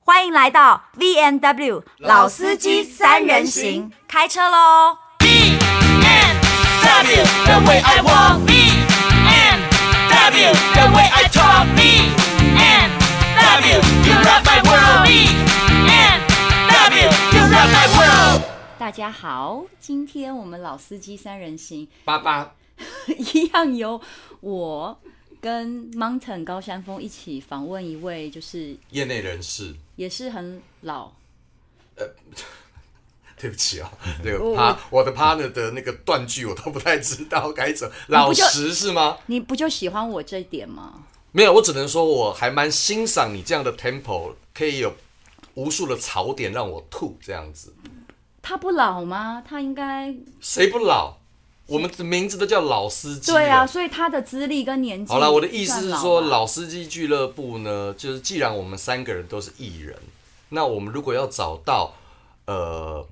欢迎来到 V N W 老司机三人行，开车喽！E W the way I walk. B and W the way I talk. B and W you rock my world. B and W you rock my world. 大家好，今天我们老司机三人行 八八一样由我跟 Mountain 高山峰一起访问一位，就是业内人士， 也是很老，对不起啊、这个嗯哦我趴我的 partner 的那个断句我都不太知道 该怎么。老实是吗？你不就喜欢我这一点吗？没有，我只能说我还蛮欣赏你这样的 tempo，可以有无数的槽点让我吐这样子。他不老吗？他应该谁不老？我们的名字都叫老司机了。对啊，所以他的资历跟年纪好了，我的意思是算说，吧老司机俱乐部呢，就是既然我们三个人都是艺人，那我们如果要找到呃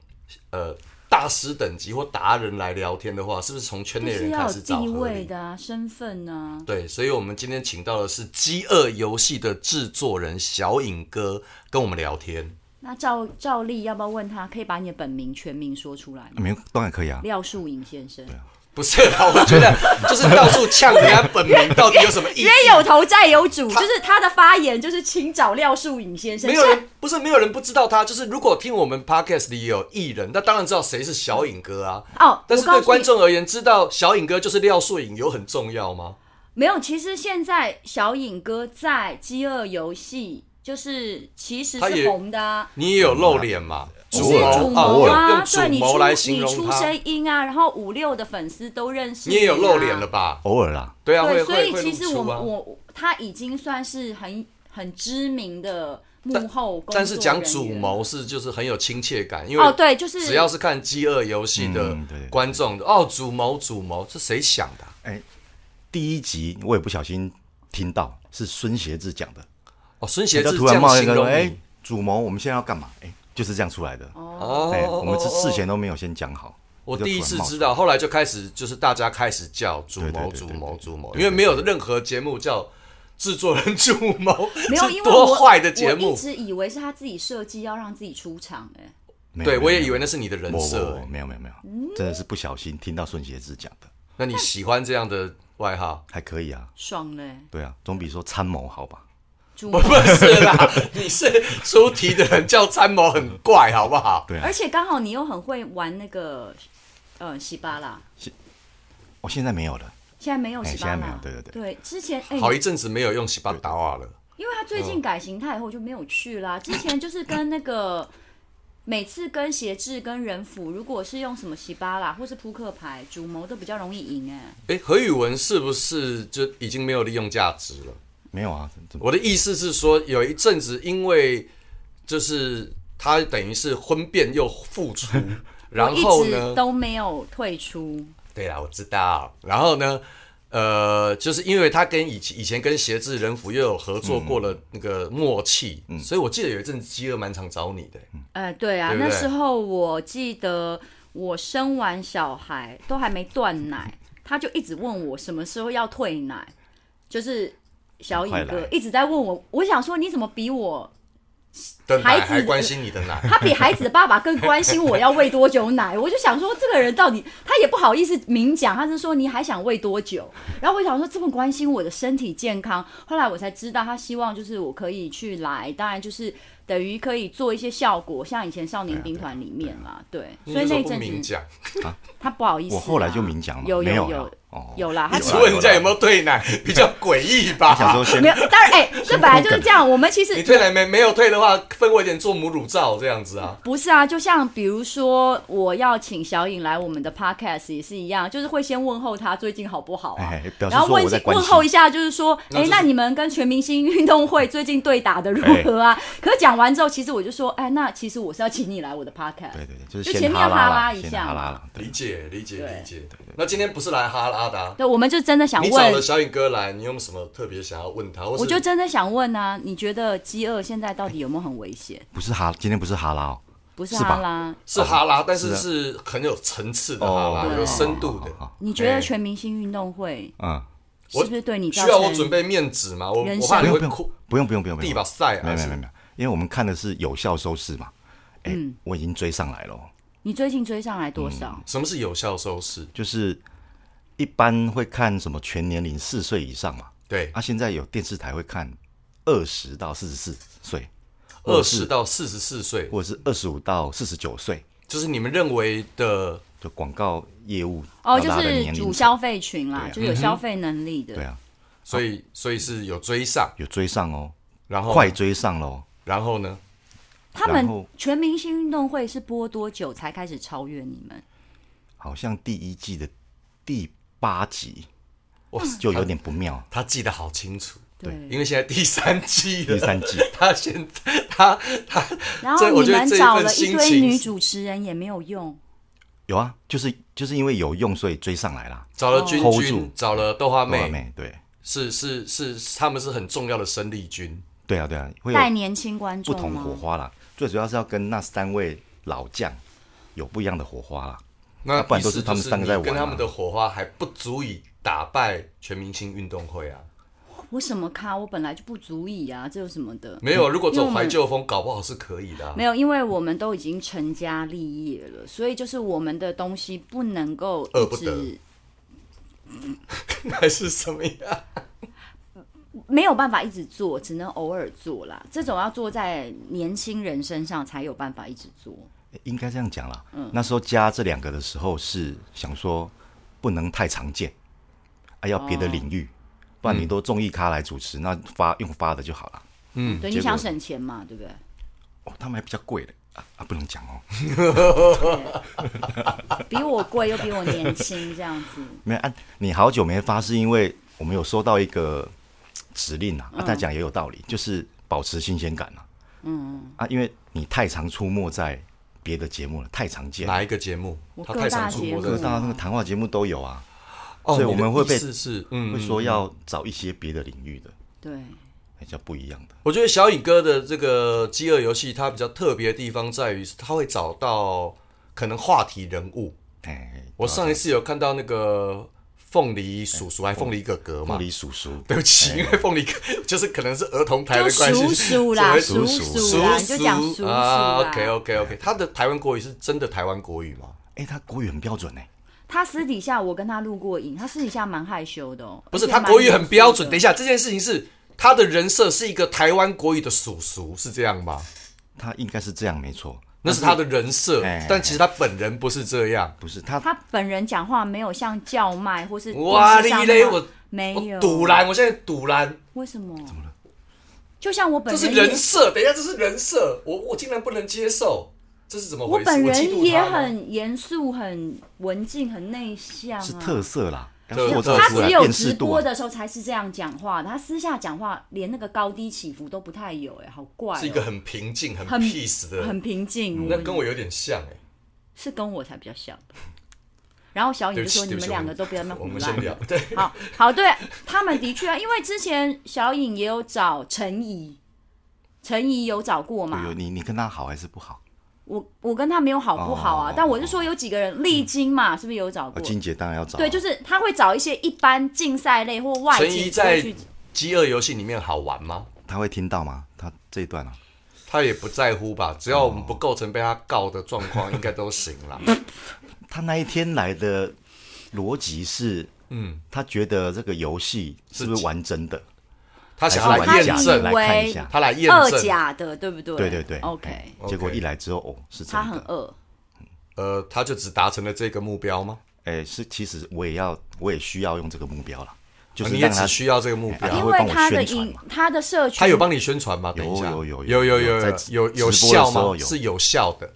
呃大师等级或达人来聊天的话，是不是从圈就内是人开要有始找地合位理？的啊，身份啊呢、对，所以我们今天请到的是《饥饿游戏》的制作人小颖哥跟我们聊天。那照照例要不要问他？可以把你的本名全名说出来吗？没有，当然可以啊。廖树颖先生，不是啦，我觉得 就是到处呛人家本名，到底有什么意义？冤有头债有主，就是他的发言就是请找廖树颖先生。没有人不是没有人不知道他，就是如果听我们 podcast 里有艺人，那当然知道谁是小颖哥啊。哦，但是我告诉对你观众而言，知道小颖哥就是廖素颖有很重要吗？没有。其实现在小颖哥在《饥饿游戏》就是其实他是也红的、啊。你也有露脸嘛？是偶尔主谋哦啊，用用对主你谋出来形你容出他，声音啊，然后五六的粉丝都认识、你也有露脸了？吧？偶尔啦，对啊，会啊对，所会以会其露实出我啊。我他已经算是很很知名的幕后工作但是讲主人员谋是就是很有亲切感，因为哦，对，就是只要是看《饥饿游戏》的嗯对对观众的哦，主谋主谋是谁想的啊？第一集我也不小心听到是孙协志讲的，哦，孙协他志突这然样冒一形个容哎你，主谋，我们现在要干嘛？哎，就是这样出来的。哦哎，，我们是哦事前都没有先讲好。我就第一突然次冒出知来道，后来就开始就是大家开始叫主对对谋对主对谋对主谋，对因对为没有对任何节目叫制作人主谋，没有，是因为多我坏的节我一目。直以为是他自己设计要让自己出场、哎，没有对，没有我也没有以为那是你的人我设我欸我。没有没有没有，真的是不小心听到孙协志讲的，那你喜欢这样的外号？还可以啊。爽嘞、哎对啊，总比说参谋好吧？主不谋。不是 啦，你是出题的人叫参谋很怪，好不好？对啊而，且刚好你又很会玩那个，呃，喜巴拉，我哦现在没有了。现在没有哎喜巴拉，现在没有对对对对，之前哎、好一阵子没有用洗巴达瓦了。因为他最近改形态以后就没有去啦，嗯之前就是跟那个。 每次跟协志跟人辅，如果是用什么喜巴拉或是扑克牌，主谋都比较容易赢哎、哎，何宇文是不是就已经没有利用价值了？没有啊，怎么我的意思是说，有一阵子因为就是他等于是婚变又复 出，然后一呢直，都没有退出，对啦，我知道，然后呢，呃，就是因为他跟以前以前跟协志人福又有合作过了那个默契，嗯所以我记得有一阵子饥饿蛮常找你的、呃，对啊，对不对那时候我记得我生完小孩都还没断奶，他就一直问我什么时候要退奶，就是哦小颖快哥来一直在问我，我想说你怎么比我，的奶孩子还关心你的奶。他比孩子的爸爸更关心我要喂多久奶，我就想说这个人到底他也不好意思明讲，他是说你还想喂多久，然后我想说这么关心我的身体健康，后来我才知道他希望就是我可以去来，当然就是等于可以做一些效果，像以前少年兵团里面啦，对，你所以啊为什那么一不明阵子啊讲，他不好意思啊，我后来就明讲了，有没有有有了哦，有啦，他你其只实问人家有没有退奶，比较诡异 吧？想说先没有，当然哎，这本来就是这样，我们其实你退奶没没有退的话，分我一点做母乳皂这样子啊。不是啊，就像比如说，我要请小颖来我们的 podcast 也是一样，就是会先问候她最近好不好啊，哎表示然后说问我在关问心候一下，就是说，哎、就是那你们跟全明星运动会最近对打的如何啊？哎可讲完之后，其实我就说，哎、那其实我是要请你来我的 podcast，对对对，就是就先前面要哈哈拉拉啦一先下哈拉嘛啦，对理解理解对理解。那今天不是来哈拉的、啊，对，我们就真的想你找了问，小颖哥来，你有没有什么特别想要问他？或是我就真的想问啊，你觉得饥饿现在到底有没有很危险？不是哈，今天不是哈拉哦，不是啊是吧哈拉，是哈拉，但是的是很有层次的哈拉，对有深度的。啊哦好好好你觉哎得全明星运动会嗯，是不是对你需造要我准成？备面纸吗？我人我怕生你不会用不用哭。不用不用不用不用，地吧赛啊没有是没有没有没有，因为我们看的是有效收视嘛。哎、嗯我已经追上来了哦，你最近追上来多少？什么是有效收视？就是一般会看什么全年龄四岁以上嘛，对啊，，现在有电视台会看二十到四十四岁，二十到四十四岁，或者是二十五到四十九岁，就是你们认为的就广告业务哦，到就达的是年龄主层消费群啦，对啊就是有消费能力的。对啊，所以所以是有追上，有追上哦，然后快追上喽。然后呢？他然们后全明星运动会是播多久才开始超越你们？好像第一季的第八集哇，就有点 不妙，他记得好清楚，对嗯因为现在第三季了，第三季他现他他然后这我你觉得们这一找份了一心堆情女是主持人也没有用，有啊，就是就是因为有用，所以追上来啦。找了君 Hold 君住，找了豆花豆花妹，妹，对是是是，他们是很重要的生力军。对啊对啊，会有带年轻观不众同吗火？花啦。最主要是要跟那三位老将有不一样的火花啦。那啊不然都意思是他们就三个在你跟玩啊他们的火花还不足以打败全明星运动会啊！我什么咖？我本来就不足以啊，这有什么嗯的？没有，如果嗯因为走我们怀旧风，搞不好是可以的啊、没有，因为我们都已经成家立业了，所以就是我们的东西不能够饿不一得直 还是什么呀？没有办法一直做，只能偶尔做啦。这种要做在年轻人身上才有办法一直做。应该这样讲啦。那时候加这两个的时候是想说不能太常见，啊，要别的领域，不然你都综艺咖来主持，那发用发的就好了。嗯对，结你果想省钱嘛，对不 对？哦，他们还比较贵的啊啊，不能讲哦。比我贵又比我年轻，这样子。没有啊，你好久没发，是因为我们有收到一个指令啊，啊，他讲也有道理，就是保持新鲜感啊。嗯啊，因为你太常出没在别的节目了，太常见 了，哪一个节目我？他各太大常出节没目各了。大那个谈话节目都有啊，哦，所以我们会被你的意思是嗯，会说要找一些别的领域的，对，比较不一样的。我觉得小颖哥的这个《饥饿游戏》，它比较特别的地方在于，他会找到可能话题人物。哎，我上一次有看到那个凤梨叔叔，还凤梨哥哥嘛凤？梨叔叔，对不起，因为凤梨哥就是可能是儿童台就的关系，叔叔啦，叔所谓叔啦，你叔就讲叔叔啊啦。 OK OK OK，他的台湾国语是真的台湾国语吗？哎，他国语很标准哎，他私底下我跟他录过影，他私底下蛮害羞的哦。不是，而且他蛮国语很标准。等一严肃下，这件事情是他的人设是一个台湾国语的叔叔，是这样吗？他应该是这样没错，那是他的人设哎，但其实他本人不是这样。不是他的他本人讲话没有像叫卖或是哇电视上你嘞那样我没有我哦堵拦，我现在堵拦，为什么？怎么了？就像我本这是人也人设。等一下，这是人设，我我竟然不能接受，这是怎么我回事？本嫉人妒也他吗很严肃、很文静、很内向、啊，是特色啦，要特色塑造他出来只有辨识直度播啊。的时候才是这样讲话的，他私下讲话连那个高低起伏都不太有、哎，好怪、哦是一个很平静、很很 peace 的，很平静。嗯那跟我有点像哎。是跟我才比较像。然后小颖对就不说：“你起对不们起两个都不要那么我胡们先聊乱。，对，”好好，对他们的确啊，因为之前小颖也有找陈怡，陈怡有找过有嘛有，。你你跟他好还是不好？我我跟他没有好不好啊，哦但我就说有几个人丽晶嘛，是不是有找啊，过？金姐当然要找啊，对，就是他会找一些一般竞赛类或外陈怡景在去。饥饿游戏里面好玩吗？他会听到吗？他这一段啊，他也不在乎吧，只要我们不构成被他告的状况，应该都行 啦。他那一天来的逻辑是，嗯，他觉得这个游戏是不是玩真的？他还是想要玩来假验的？证，来看一下。他来验二证。假的，对不对？对对对 OK，哎结果一来之后，哦，是真他很的。饿，呃，他就只达成了这个目标吗？哎，是其实我也要，我也需要用这个目标啦，就啊是你也让他只需要这个目哎标他。因会为帮我他的宣传影嘛他的社群，他有帮你宣传吗？有等一下，有有有有有有在有有有直播的效时候吗？有是有效的，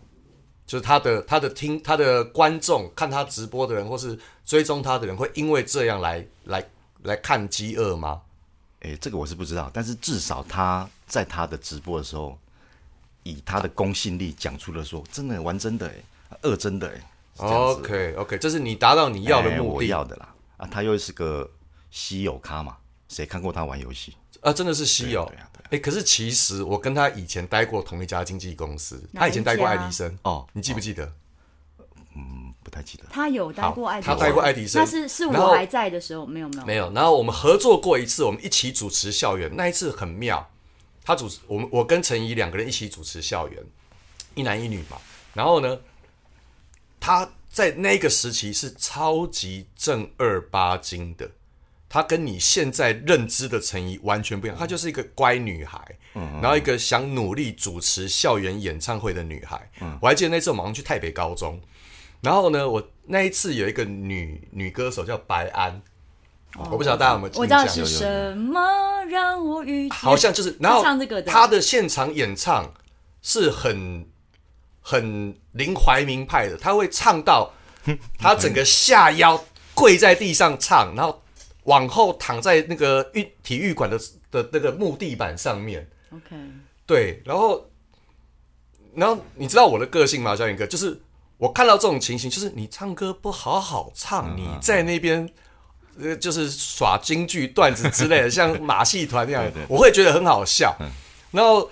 就是他的他的听他的观众看他直播的人，或是追踪他的人，会因为这样来来来看饥饿吗？哎，这个我是不知道，但是至少他在他的直播的时候，以他的公信力讲出了说，真的玩真的，哎，二真的，哎是这样子 OK OK，这是你达到你哦要的哎目我的，要的啦。啊，他又是个稀有咖嘛，谁看过他玩游戏？啊，真的是稀有。哎、对啊对可是其实我跟他以前待过同一家经纪公司，哪一他以前待过家爱迪生哦你记不记得？不太记得。他有待过爱迪他生，待过爱迪生那是是然我后还在的时候，没有没有没有。然后我们合作过一次，我们一起主持校园，那一次很妙。他主持我们我跟陈怡两个人一起主持校园，一男一女嘛。然后呢，他在那个时期是超级正儿八经的，她跟你现在认知的陈怡完全不嗯一样，她就是一个乖女孩，然后一个想努力主持校园演唱会的女孩。嗯我还记得那次我们好像去台北高中，然后呢，我那一次有一个女女歌手叫白安，我不晓得大家有没有印象？哦我知道有是有有什么让我遇见，好像就是，然后他唱这个的他的现场演唱是很很林怀民派的，他会 唱到他整个下腰跪在地上唱，然后往后躺在那个运体育馆的的那个木地板上面， OK，对，然后然后你知道我的个性吗，小颖哥？就是我看到这种情形，就是你唱歌不好好唱，嗯你在那边。呃，就是耍京剧段子之 类的，像马戏团那样，我会觉得很好笑。嗯然后，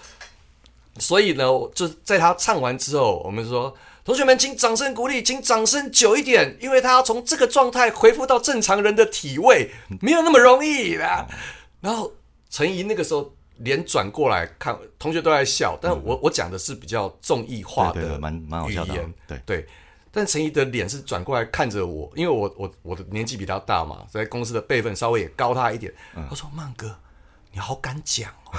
所以呢，我就在他唱完之后，我们说：“同学们，请掌声鼓励，请掌声久一点，因为他要从这个状态恢复到正常人的体位，没有那么容易啦。”嗯然后陈怡那个时候脸转过来看，同学都在笑，但我我讲的是比较综艺化嗯对对的对蛮蛮好语笑的啊言，对对。但陈怡的脸是转过来看着我，因为我我我的年纪比他大嘛，在公司的辈分稍微也高他一点。他说：“曼哥，你好敢讲哦，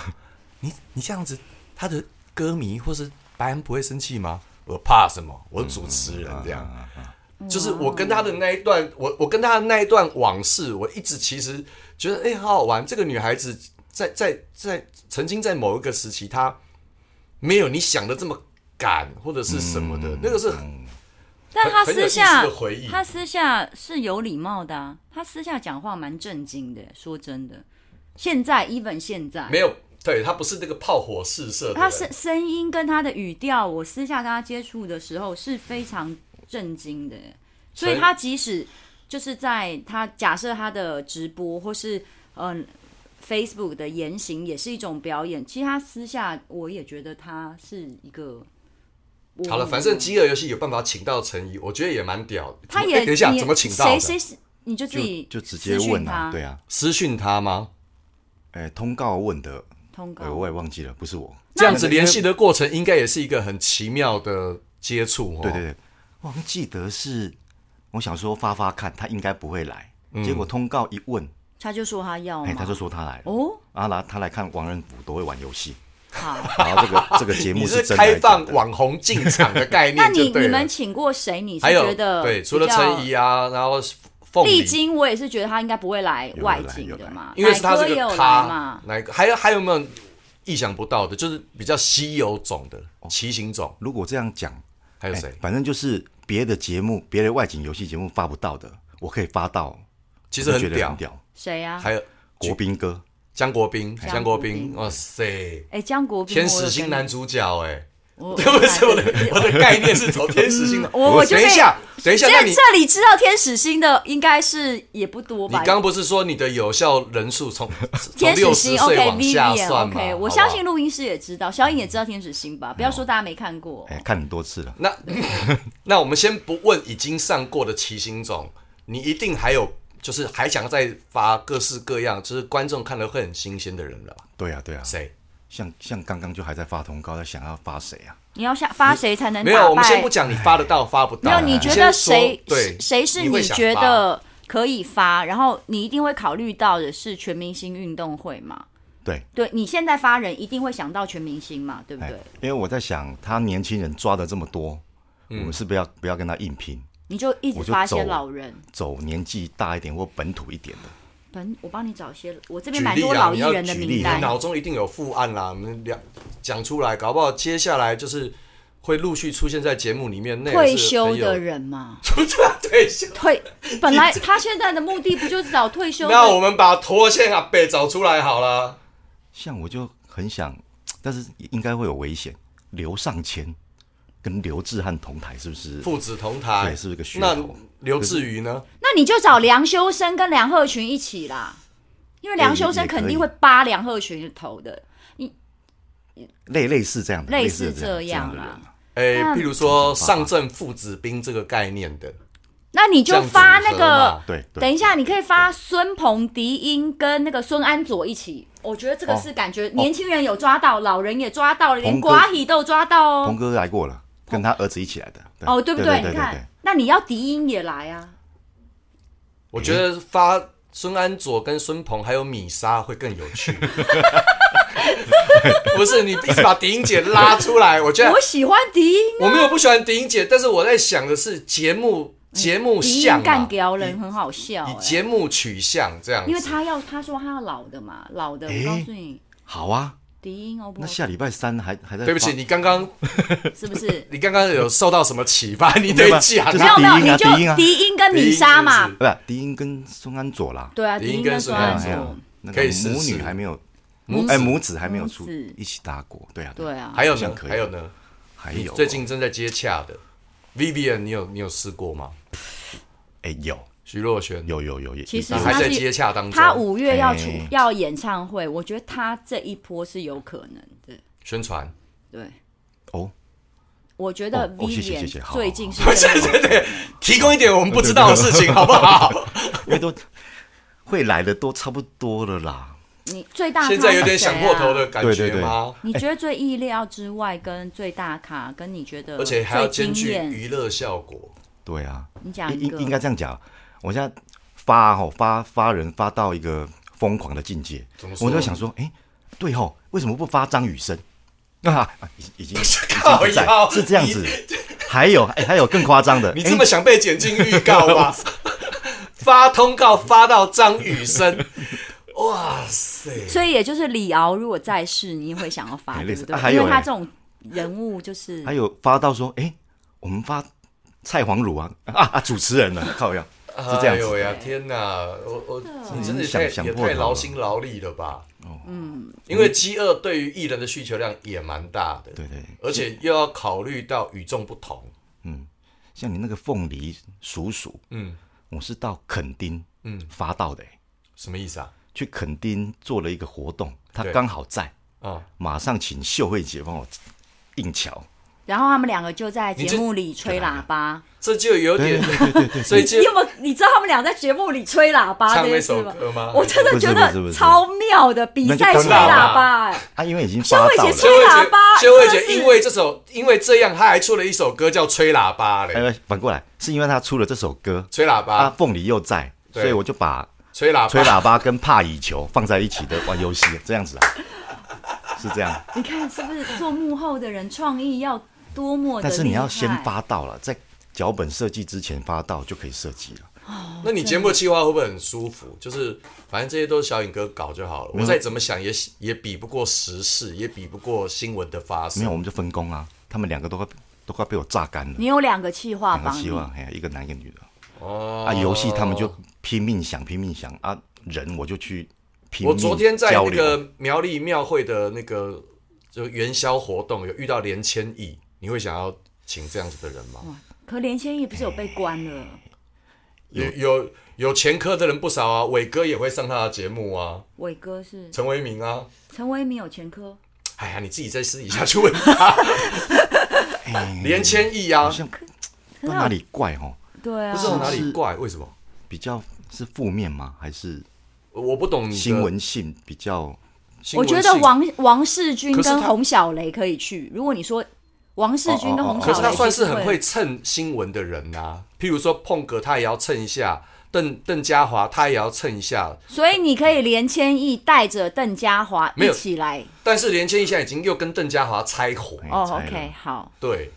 你你这样子，他的歌迷或是白安不会生气吗？我怕什么？我是主持人这样。就是我跟他的那一段，我我跟他的那一段往事，我一直其实觉得，哎、好好玩。这个女孩子在在在曾经在某一个时期，她没有你想的这么赶或者是什么的，那个是但他很有私意思下的回忆他私下是有礼貌的、啊，他私下讲话蛮正经的。说真的，现在 even 现在没有，对她不是那个炮火四射的人，他声声音跟他的语调，我私下跟他接触的时候是非常震惊的，所以所以他即使就是在他假设他的直播或是嗯、Facebook 的言行也是一种表演，其实他私下我也觉得他是一个。我好了，反正饥饿游戏有办法请到陈怡，我觉得也蛮屌的。嗯他怎么也哎等一下你怎么请到的？谁谁你就自己就就直接私讯问啊，他对啊，私讯他吗？哎，通告问的，通告呃，我也忘记了，不是我，这样子联系的过程应该也是一个很奇妙的接触哦。对对对，我好像记得是，我想说发发看，他应该不会来，嗯结果通告一问，他就说他要嘛，哎，他就说他来了，哦啊，来他来看王仁甫都会玩游戏， 好，然后这个这个节你目是真的还开是假放的网红进场的概那念就你对你了们。请过谁？你是还有觉得对，除了比较陈怡啊，然后凤丽梨，晶，我也是觉得她应该不会来外景的嘛，因为是他奶这哥也有个来咖嘛，，哪个还有还有没有意想不到的，就是比较稀有种的奇形种，如果这样讲，还有哦哎谁？反正就是别的节目，别的外景游戏节目发不到的，我可以发到，其实我就觉很得很屌，屌。谁啊呀？还有国宾哥，江国斌，哎江国江斌，国哇塞！哎，江国斌，天使星男主角哎、我有 对跟，不对 起，我的我的概念是走天使星的。嗯我我就等一可以下，等一下，那这你这里知道天使星的应该是也不多你吧？刚不是说你的有效人数从 从天六使十星岁，OK 往下 Vivian 算 OK，嘛好不哎我好相信录音师也知道，小颖也知道天使星吧？不要说大家没看过哎，，看很多次了，那那我们先不问已经上过的骑行种，你一定还有就是还想再发各式各样，就是观众看了会很新鲜的人了吧？对啊对啊，嗯谁？像像刚刚就还在发通告，在想要发谁啊？你要下发谁才能没打败有，我们先不讲你发得到发不没到。有，你觉得先说谁对谁是会你想觉发得可以发？然后你一定会考虑到的是全明星运动会嘛？对，对你现在发人一定会想到全明星嘛？对不哎对？，因为我在想，他年轻人抓的这么多，我们是不要不要跟他硬拼，你就一直我就发一些走老人。走年纪大一点或本土一点的。本我帮你找一些，我这举边蛮例多啊，老艺你要人的举名例啊，单。脑中一定有负案啦。我们聊讲出来，搞不好接下来就是会陆续出现在节目里面。那也退是很休有的，人嘛，退休。 退本来他现在的目的不就是找退休的？那我们把脱线阿贝找出来好了。像我就很想，但是应该会有危险。刘尚谦跟刘志汉同台，是不是？父子同台，对是个噱那头刘志宇呢？那你就找梁修身跟梁鹤群一起啦，因为哎梁修身也肯可定以会扒梁鹤群的头的。类类似这样的，类类似这这样样的啦人啊诶，那譬如说上阵父子兵这个概念的，那你这就样发组那合个嘛对，对等一下，你可以发孙鹏、迪英跟那个孙安佐一起，我觉得这个是感觉年轻人有抓到，老人也抓到了，连鹏哦哥瓜喜都抓到鹏哦。哥来过了，跟他儿子一起来的。哦，对不对？你对对看，，那你要笛音也来啊。我觉得发孙安佐跟孙鹏还有米莎会更有 趣。不是你一直把迪英姐拉出来，我觉啊得我喜欢啊笛音，我没有不喜欢迪英姐，但是我在想的是节目节目啊笛像音嘛嗯干掉人很好笑以哎、节目取向这样子，因为他要他说他要老的嘛，老的，我告诉你，好啊。笛音哦不那，下礼拜三还还在发？对不起，你刚刚是不是？你刚刚有受到什么启发？你得讲就是啊。没有没有，笛音你就啊笛音啊笛音跟米莎笛音是嘛不，不是迪英跟孙安佐啦。对啊，笛笛音音跟跟孙孙安安没佐哎呀佐，那可个以试母试女还没有，母哎子母子还没有出母子一起搭过，对啊，对啊，还有像呢？可以还有呢？还你有啊最近正在接洽的 Vivian，你有你有试过吗？哎有徐若瑄，有有有，也其实也还他在是接洽当中。他五月要出哎要演唱会，我觉得他这一波是有可能的。宣传，对，哦，我觉得哦哦谢谢谢 Vivian 谢好最近是对真的对对，提供一点我们不知道的事 情，好不好？因为都 会来的都差不多了啦。你最大咖现在有点是谁想破头的 啊。感觉哎吗？你觉得最意料之外跟最大咖，跟你觉得而且还要最兼惊具艳，娱乐效果。对啊，你讲应一个应应该这样讲，我现在发吼发发人发到一个疯狂的境界怎么，说我就想说，哎，对吼，为什么不发张雨生？ 啊，已 已经已经靠不在腰是这样子。还有，哎，还有更夸张的，你哎这么想被剪进预告吗？ 发通告发到张雨 生，哇塞！所以也就是李敖如果在世，你也会想要发，哎对类不似对啊？还有因为他哎这种人物就是还有发到说，哎、我们发蔡黄乳啊啊啊，主持人呢、 靠呀，是这样哎呦子。呀，天哪！我我啊你真的想太想也破头太劳了哦心劳力了吧？嗯，因为饥饿对于艺人的需求量也蛮大的，对对，而且又要考虑到与众不同。像你那个凤梨鼠鼠，嗯，我是到垦丁嗯发到的、哎什么意思啊？去垦丁做了一个活动，他对刚好在，啊，马上请秀慧姐帮我硬瞧。然后他们两个就在你节这目里吹喇叭。这就有点， 所以就啊你有没有？你知道他们俩在节目里吹喇叭唱这那件事首吗？歌吗？我真的觉啊不是不得是超妙的，比赛吹喇叭、哎啊，因为已经秀发慧到姐了，吹慧喇叭姐，秀慧真的姐是因为这首，因为这样，她还出了一首歌叫《吹喇叭》嘞，哎，反过来是因为他出了这首歌，吹喇啊，叭，凤梨又在，对所以我就把吹喇叭，吹喇叭跟怕乙球放在一起的玩游戏，这 样子啊，是这样。你看是不是做幕后的人创意要多么的但厉害？是你要先发到了，在脚本设计之前发到就可以设计了。那你节目计划会不会很舒服？就是反正这些都是小颖哥搞就好了，我再怎么想也也比不过时事，也比不过新闻的发没有，生。我们就分工啊，他们两个都快都快被我榨干了你。有两个气话两个帮希你，望，哎呀，一个男一个女的哦啊，游戏他们就拼命想，拼命想啊，人我就去拼我命昨天在交那流。个苗栗庙会的那个就元宵活动有遇到连千亿，你会想要请这样子的人哦吗？可连千亿不是有被关了？有有有前科的人不少啊，伟哥也会上他的节目啊，伟哥是陈为民啊。陈为民有前科，哎呀，你自己再私底下去问 他。连千亿啊哎好，像不知道哪里怪哦，对啊不，知道哪里怪，为什么？比较是负面吗？还是我不懂你的新闻性比较？新我闻觉性得王王世军可是跟他洪小雷可以去。如果你说王世军跟哦洪小可雷，是他算是其很实会蹭新闻的人呐、譬如说碰格，他也要蹭一下；邓邓家华，他也要蹭一下。所以你可以连千亿带着邓家华没一有起来。但是连千亿现在已经又跟邓家华拆伙，哎哦猜了，OK，好，对，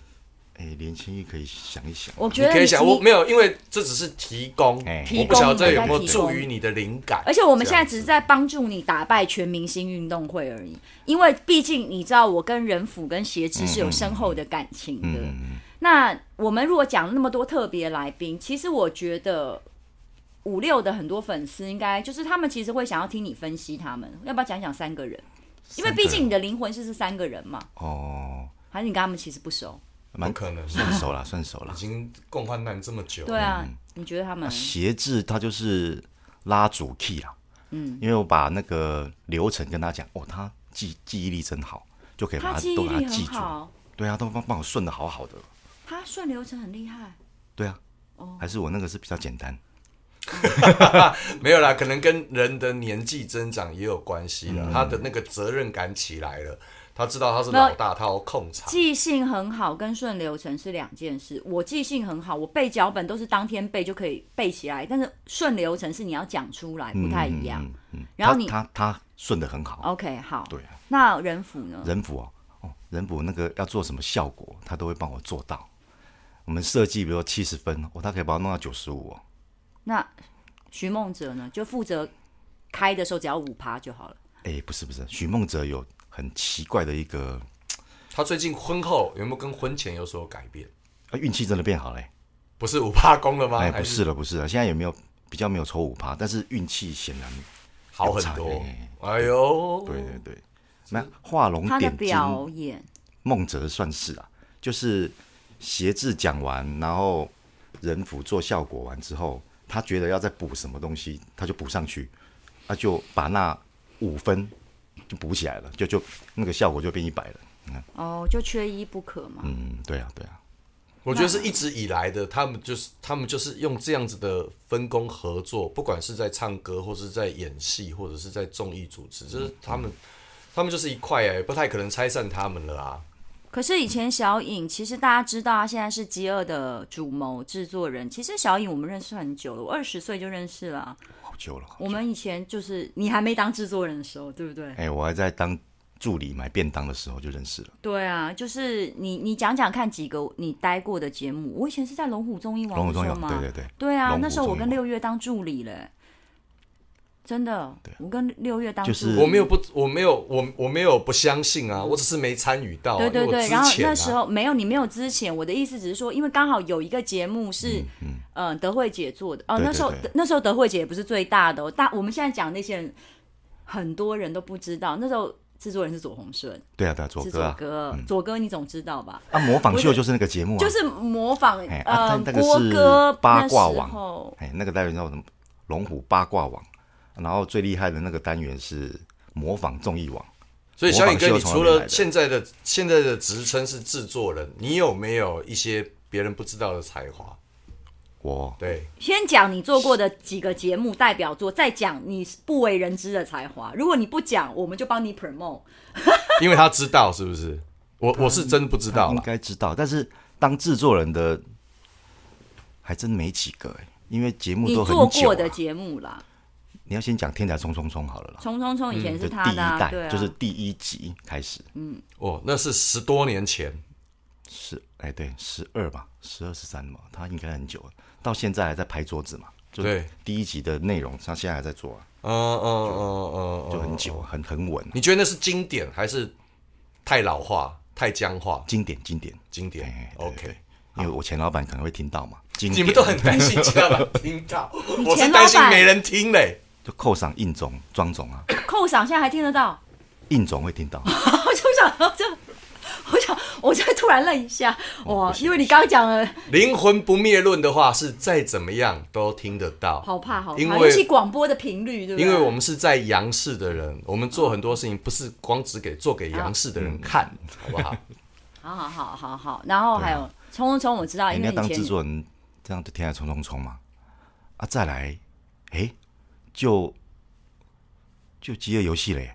哎，连千亿可以想一想，我觉你得可以想，我啊你没有，因为这只是提供，哎我不晓得这有没有提供助于你的灵感。而且我们现在这只样是子在帮助你打败全明星运动会而已，因为毕竟你知道，我跟仁甫跟协志是有深厚的感情嗯的。那我们如果讲了那么多特别来宾，其实我觉得五六的很多粉丝应该就是他们其实会想要听你分析他们，要不要讲讲三个人？因为三个毕竟人你的灵魂是这三个人嘛，哦，还是你跟他们其实不熟？蛮不可能算 熟了，算熟了已。经共患难这么久，对啊，嗯你觉得他们？鞋制他就是拉主 key 啦，嗯，因为我把那个流程跟他讲，哦，他记记忆力真好，就可以把他它记忆都啊把它力记很住，好，对啊，都帮帮我顺的好好的，他顺流程很厉害。哦对啊，还是我那个是比较简单，没有啦，可能跟人的年纪增长也有关系嗯了，他的那个责任感起来了，他知道他是老大，他要控场。记性很好跟顺流程是两件事。我记性很好，我背脚本都是当天背就可以背起来，但是顺流程是你要讲出来，不太一样。嗯嗯嗯然后你他他他顺的很好， OK，好，对啊那人府呢？人府哦，哦，人府那个要做什么效果，他都会帮我做到。我们设计，比如说七十分，哦，他可以把它弄到九十五哦。那徐梦哲呢？就负责开的时候只要五趴就好了。哎，不是不是，许梦哲有很奇怪的一个他最近婚后有没有跟婚前有所改变？啊，运气真的变好嘞。不是五八公了吗？哎，还不是了，不是了，现在也没有比较没有抽五趴，但是运气显然，好很有多哦差哎。哎呦，对对对，那画龙他的点睛，表演，孟哲算是啊，就是协制讲完，然后人辅做效果完之后，他觉得要再补什么东西，他就补上去，他就把那五分就补起来了，就就那个效果就变一百了。哦，就缺一不可嘛。嗯，对啊，对啊，我觉得是一直以来的，他们就是他们就是用这样子的分工合作，不管是在唱歌，或是在演戏，或者是在综艺主嗯持，就是他们，他们就是一块哎、不太可能拆散他们了啊。可是以前小颖，其实大家知道她现在是《饥饿》的主谋制作人。其实小颖我们认识很久了，我二十岁就认识了啊。好久了。好久我们以前就是你还没当制作人的时候，对不对？哎、我还在当助理买便当的时候就认识了。对啊，就是你你讲讲看几个你待过的节目。我以前是在龙虎综艺龙网虎的中时有候，嘛，对对对，对啊，龙那虎时候我中跟六有月当助理嘞，真的，我跟六月当助就理，是我没有不，我没有，我我没有不相信啊，我只是没参与到、嗯啊。对对因为我对，之然后前啊那时候没有你没有之前，我的意思只是说，因为刚好有一个节目是，嗯，呃、德惠姐做的哦，对对那时候对那时候德惠姐也不是最大的哦，大我们现在讲那些人，很多人都不知道，那时候制作人是左宏顺，对啊对啊，左是哥左啊，哥，左哥你总知道吧？啊，模仿不秀是就是那个节目啊，就是模仿哎啊呃但那个郭是哥八那卦时王候哎，那个单元叫什么？龙虎八卦网，然后最厉害的那个单元是模仿综艺网。所以小颖哥，你模仿秀除从哪里来了的现在的现在的职称是制作人，你有没有一些别人不知道的才华？我对， 先讲你做过的几个节目代表作，再讲你不为人知的才华。如果你不讲，我们就帮你 promote。因为他知道是不是？我我是真不知道应了。该知道，但是当制作人的还真没几个哎，因为节目你都很做久、过啊。的节目啦，你要先讲《天才冲冲冲》好了啦，《冲冲冲》以前就是第他一的、啊代，对啊，就是第一集开始哦，那是十多年前。是哎对十二吧，十二十三嘛，他应该很久了，到现在还在拍桌子嘛。就对第一集的内容，他现在还在做、啊，嗯嗯嗯嗯，嗯就很久，很很稳啊、你觉得那是经典还是太老化、太僵化？经典经典。经典哎对，OK。因为我前老板可能会听到嘛，经 你典们都很担心其他人 听到，我是前担心老板没人听嘞。就扣上印总、庄总啊，扣赏现在还听得到。 印总会听到，我就想到这，我想，我就突然愣一下，嗯哇，因为你刚刚讲了，灵魂不灭论的话是再怎么样都听得到，好怕好怕，因尤其为广播的频率，对不对？啊因为我们是在杨氏的人，我们做很多事情不是光只给做给杨氏的人看，好不好？好好好好好，然后还有《冲冲冲》，我知道，啊因人为家以啊哎当制前作人，这样就天来冲冲冲嘛。啊，再来，哎、就就饥饿游戏嘞。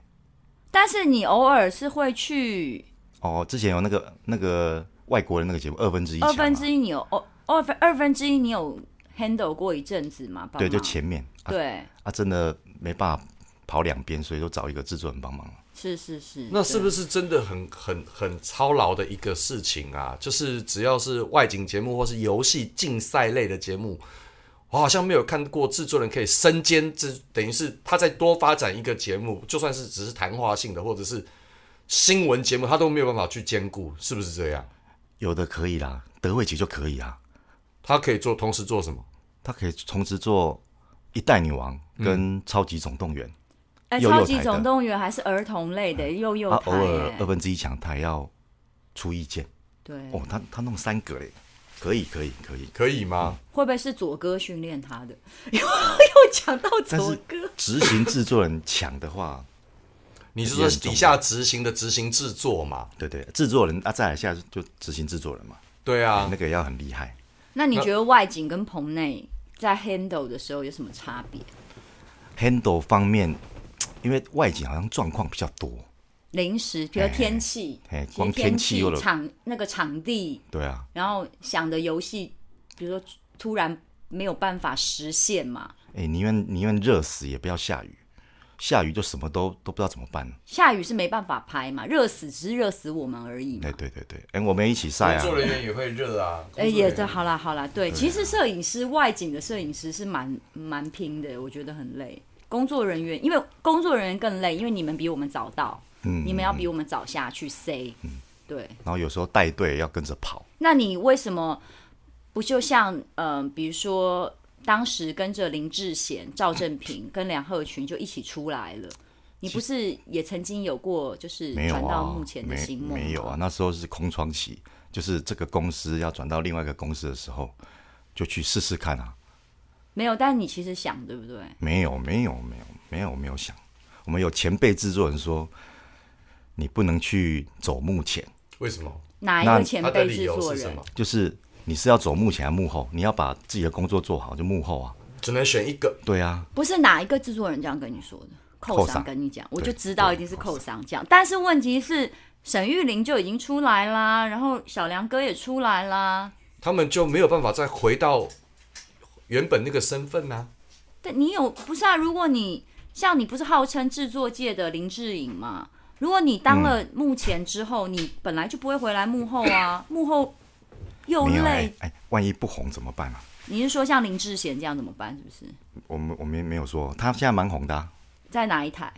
但是你偶尔是会去哦，之前有那个那个外国人那个节目二分之一强二啊，分之一，你有哦二分二分之一，你有 handle 过一阵子嘛？帮对，就忙前面啊对，啊，真的没办法跑两边，所以都找一个制作人帮忙了。啊是是是，那是对不是真的很很很操劳的一个事情啊？就是只要是外景节目或是游戏竞赛类的节目，我好像没有看过制作人可以身兼这，等于是他再多发展一个节目，就算是只是谈话性的或者是新闻节目，他都没有办法去兼顾，是不是这样？有的可以啦，德惠姐就可以啊，他可以做同时做什么？她可以同时做一代女王跟超级总动员。哎，幼超幼级台的总动员还是儿童类的幼幼他台啊偶尔耶二分之一强，他还要出意见。对，哦，他他弄三个嘞，可以可以可以，可以吗？会不会是左哥训练他的？ 又讲到但左是哥，执行制作人强的话， 你是说底下执行的执行制作嘛？对对，制作人啊，再来下就执行制作人嘛，对啊那，个要很厉害。那你觉得外景跟棚内在 handle 的时候有什么差别？ handle 方面，因为外景好像状况比较多，临时，比如天气哎，其实光天气有了场那个场地，对啊，然后想的游戏，比如说突然没有办法实现嘛，哎，宁愿宁愿热死也不要下雨，下雨就什么都都不知道怎么办。下雨是没办法拍嘛，热死只是热死我们而已嘛哎，。对对对，哎，我们一起工晒啊，作人员也会热哎，啊。工作人也员对，好啦好啦，对，其实摄影师外景的摄影师是蛮蛮拼的，我觉得很累。工作人员，因为工作人员更累，因为你们比我们早到，嗯你们要比我们早下去 say，、对。然后有时候带队要跟着跑，那你为什么不就像呃，比如说当时跟着林志贤、赵正平跟梁鹤群就一起出来了？你不是也曾经有过就是没有传到啊目，前的没新梦吗没有啊，？那时候是空窗期，就是这个公司要转到另外一个公司的时候，就去试试看啊，没有，但你其实想对不对？没有没有没有没有没有想，我们有前辈制作人说，你不能去走幕前。为什么？哪一个那前他的辈理制由作是什人么？？就是你是要走幕前还是幕后？你要把自己的工作做好，就幕后啊。只能选一个。对啊，不是哪一个制作人这样跟你说的？寇寇桑桑跟你讲，我对就知道一定是寇桑讲。但是问题是，沈玉琳就已经出来啦，然后小梁哥也出来啦。他们就没有办法再回到原本那个身份啊呐、但你有不是啊？如果你像你不是号称制作界的林志颖嘛？如果你嗯当了幕前之后，你本来就不会回来幕后啊，幕后又没有哎、累。哎，万一不红怎么办啊？你是说像林志贤这样怎么办？是不是？我们我们没有说，他现在蛮红的、啊，在哪一台？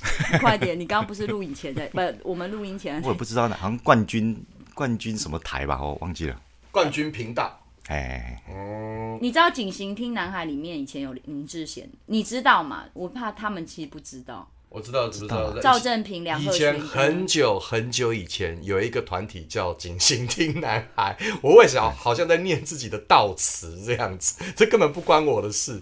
你快点！你刚刚不是录影前在不？我们录音前我也不知道呢，好像冠军冠军什么台吧，我忘记了。冠军频道哎哎，哎你知道《警行厅男孩》里面以前有林志贤，你知道吗？我怕他们其实不知道。我知道，知不知道？赵正平、梁呃以鹤前群很久很久以前有一个团体叫警星听男孩，我为啥好像在念自己的悼词这样子？这根本不关我的事。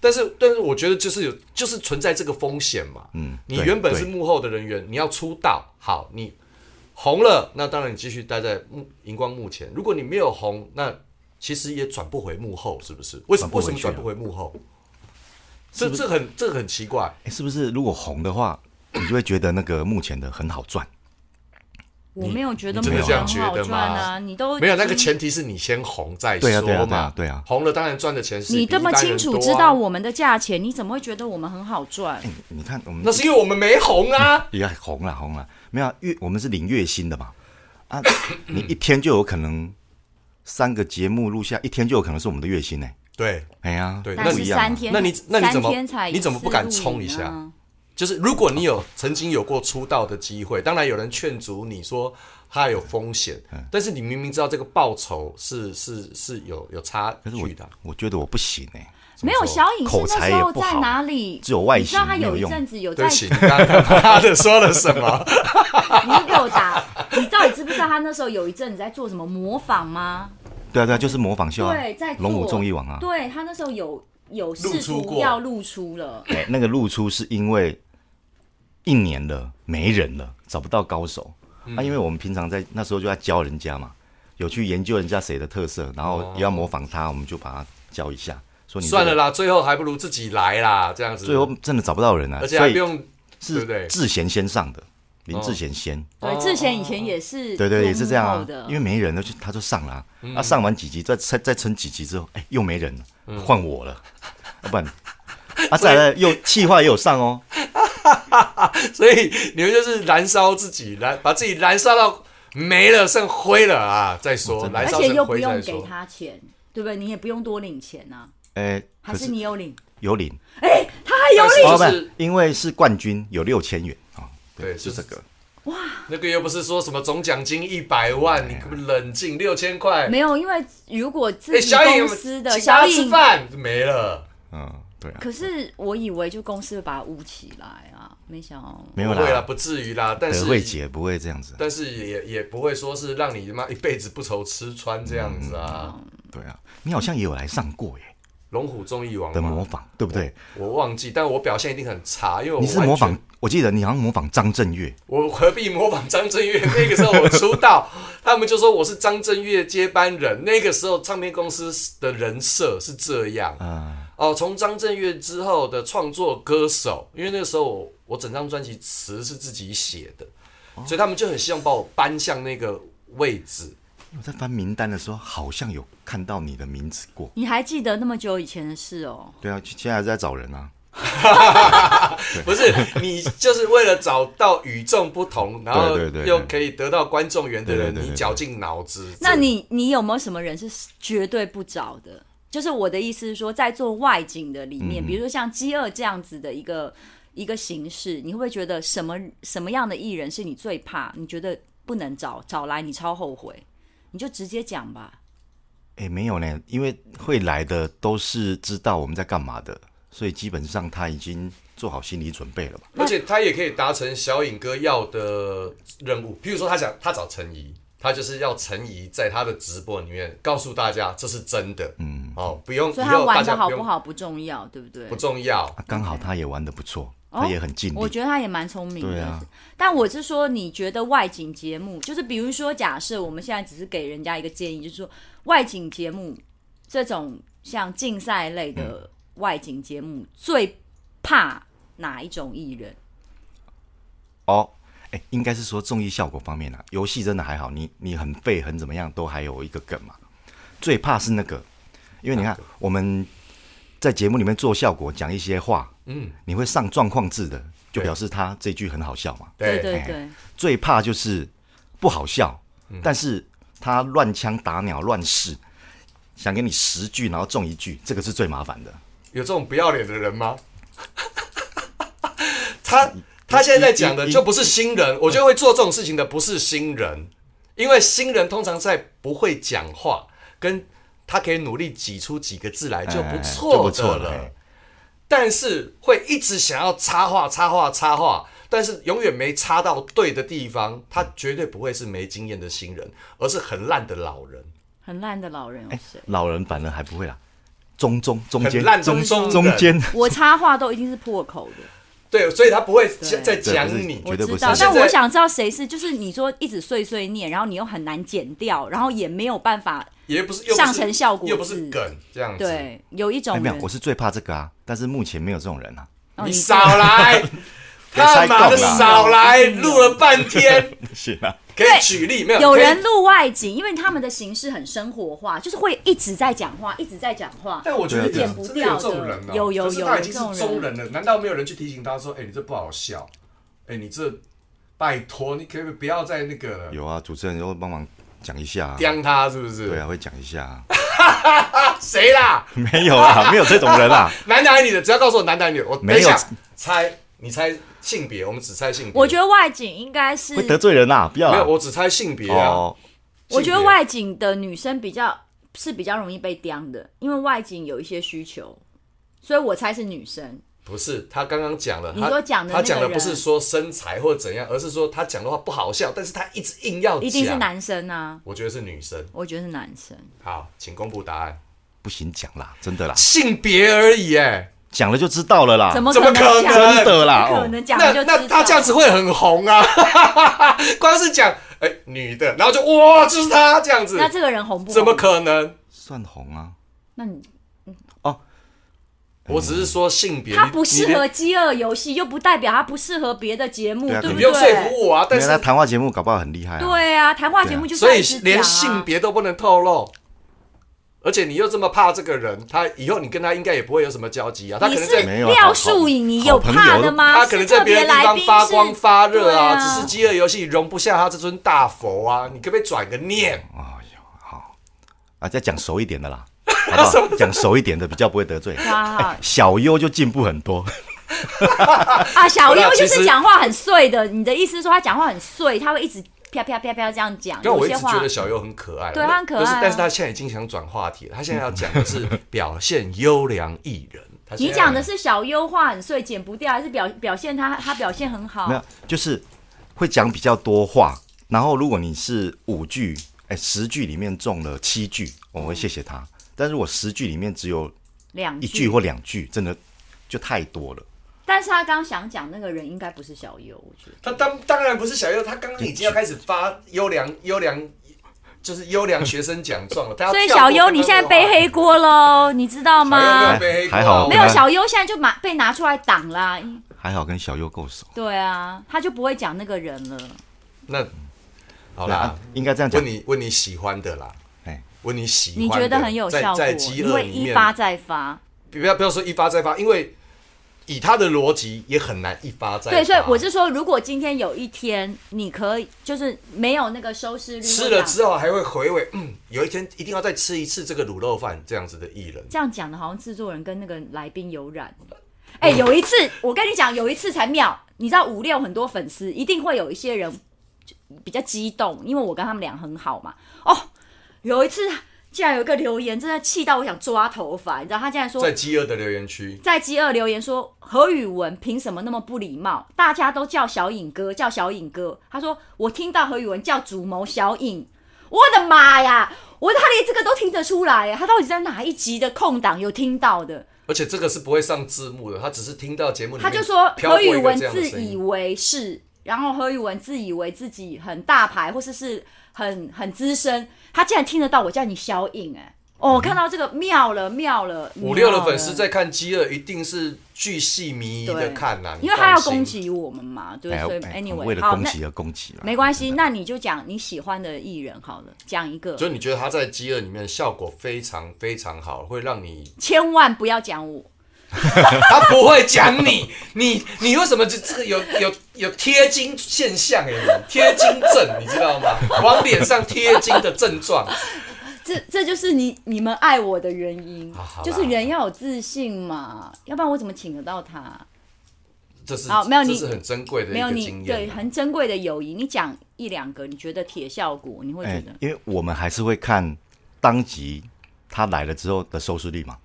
但是，但是我觉得就是有，就是存在这个风险嘛。嗯，你对原本是对幕后的人员，你要出道，好，你红了，那当然你继续待在幕荧光幕前。如果你没有红，那其实也转不回幕后，是不是？为什么转不为回什么去啊转了不回幕后？这这很这很奇怪。哎是不是如果红的话，你就会觉得那个幕前的很好赚？我没有觉得你真幕的这前样很好觉得吗赚啊，你都没有那已个经前提是你先红再说嘛，对啊对啊对啊对啊红了当然赚的钱是你比一这么般清人楚多啊知道，我们的价钱，你怎么会觉得我们很好赚？哎，你看我们那是因为我们没红啊。也红了红了，没有啊月我们是领月薪的嘛啊， 你一天就有可能三个节目录下，一天就有可能是我们的月薪呢、对，哎呀，对但不是一样啊三天，那你那你怎么三天才一次你怎么不敢冲一下录影啊？就是如果你有曾经有过出道的机会，当然有人劝阻你说它有风险，但是你明明知道这个报酬是是是有有差可是我距的啊。我觉得我不行哎、没有小影是口那才时也候不在好哪里？只有外你知道形他没有一用阵子有对在，不起，你刚刚他妈的说了什么？你又给我打，你到底知不知道他那时候有一阵子在做什么模仿吗？对啊对啊，就是模仿秀啊对，在，做龙武综艺网啊，对他那时候有有试露出图过要露出了，哎那个露出是因为一年了没人了，找不到高手、嗯啊，因为我们平常在那时候就在教人家嘛，有去研究人家谁的特色，然后也要模仿他，我们就把他教一下，说你这个哦算了，啦，最后还不如自己来啦，这样子。最后真的找不到人啊，而且所还以不用对是不对哦志贤先上的，林志贤先，对，志贤以前也是哦对对，也是这样做幕啊后哎的，因为没人了，就他就上了啊，嗯啊上完几集，再再再撑几集之后，哎，又没人嗯了，换 我了，要不然，啊再来又气话也有上哦，所以你们就是燃烧自己，燃把自己燃烧到没了，剩灰了啊！再说，哦真的燃而烧且成又不灰用再给说。他钱，对不对？你也不用多领钱呐，哎，还可是是你有领？哎有领，他还有但老是板就是因为是冠军，有六千元啊，对对，就是是哦这个，那个又不是说什么总奖金一百万，哎你可不可以冷静六千块？没有，因为如果自哎，己小颖公司的请大小家吃颖，饭没了，嗯，对啊，可是我以为就公司会把它捂起来啊，没想到没有不会啦，啦，不至于啦，但德惠是姐不会这样子，啊但是也也不会说是让你他妈一辈子不愁吃穿这样子嗯啊。对啊，你好像也有来上过耶龙虎综艺王的模嘛，仿，对不对？我忘记，但我表现一定很差，因为我你是模哦完仿全我记得你好像模仿张震岳，我何必模仿张震岳？那个时候我出道， 他们就说我是张震岳接班人。那个时候唱片公司的人设是这样。哦，从张震岳之后的创作歌手，因为那个时候我我整张专辑词是自己写的，所以他们就很希望把我搬向那个位置。我在翻名单的时候好像有看到你的名字过。你还记得那么久以前的事哦？对啊，现在还是在找人啊。不是你就是为了找到与众不同，然后对对对又可以得到观众缘的人，对对对对你绞尽脑汁。那你你有没有什么人是绝对不找的？就是我的意思是说，在做外景的里嗯面，比如说像《饥饿》这样子的一个一个形式，你会不会觉得什么什么样的艺人是你最怕？你觉得不能找找来，你超后悔，你就直接讲吧。哎、没有呢，因为会来的都是知道我们在干嘛的，所以基本上他已经做好心理准备了吧？而且他也可以达成小颖哥要的任务，比如说他想他找陈怡，他就是要陈怡在他的直播里面告诉大家这是真的，嗯，哦，不用，所以以他后大玩的家好不不用好不重要，对不对不？重要，啊，刚好他也玩的不错，哦他也很尽力。我觉得他也蛮聪明的。嗯对啊但我是说，你觉得外景节目，就是比如说，假设我们现在只是给人家一个建议，就是说外景节目这种像竞赛类嗯的外景节目，最怕哪一种艺人？哦，哎、应该是说综艺效果方面啊，游戏真的还好，你你很废很怎么样，都还有一个梗嘛。最怕是那个，因为你看我们在节目里面做效果，讲一些话，嗯，你会上状况字的，对就表示他这句很好笑嘛。对对对对，最怕就是不好笑，嗯但是他乱枪打鸟乱试，想给你十句，然后中一句，这个是最麻烦的。有这种不要脸的人吗？ 他他现在在讲的就不是新人，我觉得会做这种事情的不是新人，因为新人通常在不会讲话，跟他可以努力挤出几个字来就不哎就错不的错了。了哎但是会一直想要插话、插话、插话，但是永远没插到对的地方，他绝对不会是没经验的新人，而是很烂的老人。很烂的老人哎有谁？老人反而还不会啦，啊中中中很间烂中中中中间，我插话都一定是破口的，对，所以他不会对在对讲不是你， 我绝知对不是道。但现在我想知道谁是，就是你说一直碎碎念，然后你又很难剪掉，然后也没有办法。也不是又不是上层效果又不是是梗这样子。，对，有一种哎，人，没有，我是最怕这个啊，但是目前没有这种人啊。哦你你少来，他妈的别塞空啦少来，录了半天， 是啊，可以举例 没有？有可以人，录外景，因为他们的形式很生活化，就是会一直在讲话，一直在讲话。但我觉得对啊有对真的有这种人哦，有有有可是他已经是有这中种人了，难道没有人去提醒他说：“哎，你这不好笑，哎，你这拜托，你可不可以不要再那个了有啊，主持人都会帮忙讲一下、啊，刁他是不是？”对啊，会讲一下、啊， 谁啦？没 有啦，没有这种人啊啦。男的还是女的？只要告诉我男的还是女的，我等没一有下猜，你猜性别，我们只猜性别。我觉得外景应该是会，得罪人啦、不要没啦有，。我只猜性别啊。哦，我觉得性别外景的女生比较是比较容易被刁的，因为外景有一些需求，所以我猜是女生。不是，他刚刚讲了，你他说讲的那他个讲的不是人说身材或怎样，而是说他讲的话不好笑，但是他一直硬要讲。一定是，男生啊，我觉得是女生。我觉得是男生。好，请公布答案。不行，讲啦，真的啦，性别而已，哎，讲了就知道了啦。怎么啊怎么可能能讲？真的啦？不可哦，能讲了那就那知道他这样子会很红啊， 光是讲哎女的，然后就哇就是他这样子，那这个人红不红？怎么？可能？算红啊。那你我只是说性别，他你不适。你合饥饿游戏，又不代表他不适合别的节目，对啊对你不不用说对？服我啊，但但是他是谈话节目搞不好很厉害、啊。，对啊，谈话节目就是所要以一直讲连啊性别都不能透露，而且你又这么怕这个人，他以后你跟他应该也不会有什么交集啊。他可你能是在没有啊廖树影，你有怕的吗？他可能在别的地方发光发是特热啊，别来宾只是是饥饿游戏容不下他这尊大佛啊！你可不可以转个念？啊，再讲熟一点的啦，好不 好？讲熟一点的比较不会得罪。对 啊 哎小优就进步很多，啊，小优就其实是讲话很碎的。你的意思是说他讲话很碎，他会一直啪啪啪啪这样讲，但有我一些直话觉得小优很可爱啊，对他很可爱啊但是但是他现在已经想转话题了，他现在要讲的是表现优良艺人。他现你在讲的是小优话很碎，剪不掉，还是表表现他他表现很好没？有，就是会讲比较多话。然后如果你是五句，哎，十句里面中了七句，我会谢谢他。但如果十句里面只有两一句或两句，真的就太多了。但是他刚刚想讲那个人应该不是小优，我觉得。他当当然不是小优，他刚刚已经要开始发优良优良，就是优良学生奖状了。他要所以跳过小优，刚刚你现在的背话黑锅喽，你知道小优吗不？要背黑锅还还好啊没有小优现在就拿被拿出来挡啦，还好跟小优够熟。对啊，他就不会讲那个人了。那好好啦，，应该这样讲问。你问你喜欢的啦，啊哎，问你喜欢的，你觉得很有效果，在在饥因饿为里一面，发再发。不要不要说一发再发，因为以他的逻辑也很难一发再发。对，所以我是说，如果今天有一天你可以，就是没有那个收视率，吃了之后还会回味，嗯，有一天一定要再吃一次这个卤肉饭这样子的艺人。这样讲的，好像制作人跟那个来宾有染。嗯哎、有一次我跟你讲，有一次才妙，你知道五六很多粉丝一定会有一些人就比较激动，因为我跟他们俩很好嘛。哦，有一次竟然有一个留言，真的气到我想抓头发，你知道他竟然说在饥饿的留言区，在饥饿留言说何宇文凭什么那么不礼貌？大家都叫小颖哥，叫小颖哥。他说我听到何宇文叫主谋小颖，我的妈呀！我他连这个都听得出来呀，他到底在哪一集的空档有听到的？而且这个是不会上字幕的，他只是听到节目里他面就说飘何过宇一个文这样的自声以音。为是，然后何宇文自以为自己很大牌，或是是很很资深，他竟然听得到我叫你小颖哎、哦，我看到这个妙了妙了，嗯五六妙了的粉丝在看饥饿，一定是巨细靡遗的对看呐、你因为他要放心攻，击我们嘛，对，哎所以哎 anyway，为了好，攻那击而攻击了，没关系，真的那你就讲你喜欢的艺人好了，讲一个，就你觉得他在饥饿里面效果非常非常好，会让你 千万不要讲我，他不会讲你，你你为什么这这个有有有贴金现象哎、你贴金症你知道吗？往脸上贴金的症状，这这就是你你们爱我的原因啊好，啦就是人要有自信嘛，要不然我怎么请得到他？这是好没有这你是很珍贵的没一有个你经验啊、对很珍贵的友谊，你讲一两个，你觉得铁效果，你会觉哎得，因为我们还是会看当集他来了之后的收视率嘛。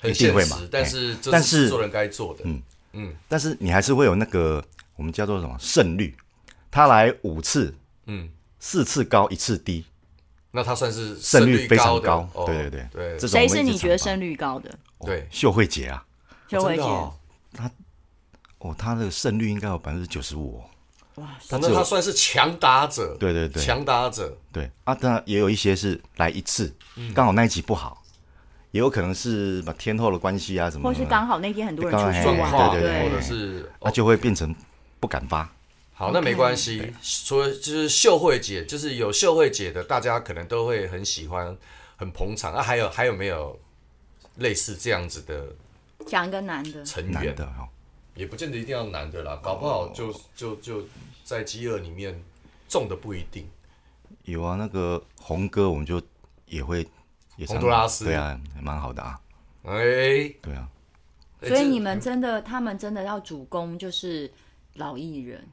很一定现会实嘛，但哎是这但是是嗯制作人该做的。但是你还是会有那个我们叫做什么胜率，他来五次，嗯，四次高一次低，那他算是胜率非高常的高哦、对对对对这种谁我是们一直你觉得常发胜率高的？对，秀慧姐啊，秀慧哦真的姐，哦哦，她的胜率应该有百分之九十五，反正他算是强打者，对对对强打者。对啊，当然也有一些是来一次，嗯刚好那一集不好，也有可能是把天后的关系啊什么或的，是刚好那天很多人刚出好去状哎况，玩，对对哎对或者是哦那就会变成不敢发，好，那没关系。所以就是秀慧姐，就是有秀慧姐的，大家可能都会很喜欢，很捧场啊。还有还有没有类似这样子的讲一个男的，成男员？的哦，也不见得一定要男的啦，搞不好就就就在饥饿里面中的不一定。有啊，那个红哥我们就也会也常洪都拉斯对啊，也蛮好的啊，哎、对啊，哎所以这你们真的，他们真的要主攻就是老艺人。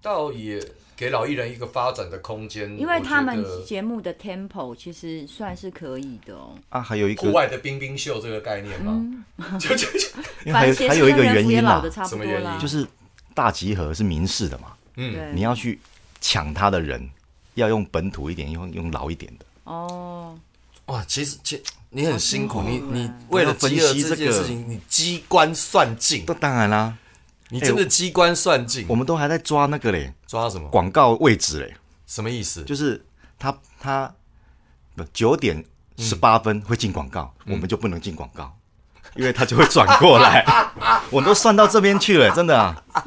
倒也给老艺人一个发展的空间，因为他们我觉得节目的 tempo 其实算是可以的哦。啊还有一户个，外的冰冰秀这个概念嘛，嗯就就就因为反还有正还有一个原也因老啊的，差不什么多原啦因，就是大集合是民事的嘛，嗯，对你要去抢他的人，要用本土一点，用用老一点的。哦，哇，其实其你很辛苦，啊你你我为了要分饥饿析这这件个事情，你机关算尽那，当然啦、你真的机关算尽，我们都还在抓那个嘞抓什么？广告位置嘞，什么意思？就是他他不九点十八分会进广告，嗯我们就不能进广告，因为他就会转过来。 我都算到这边去了，真的啊，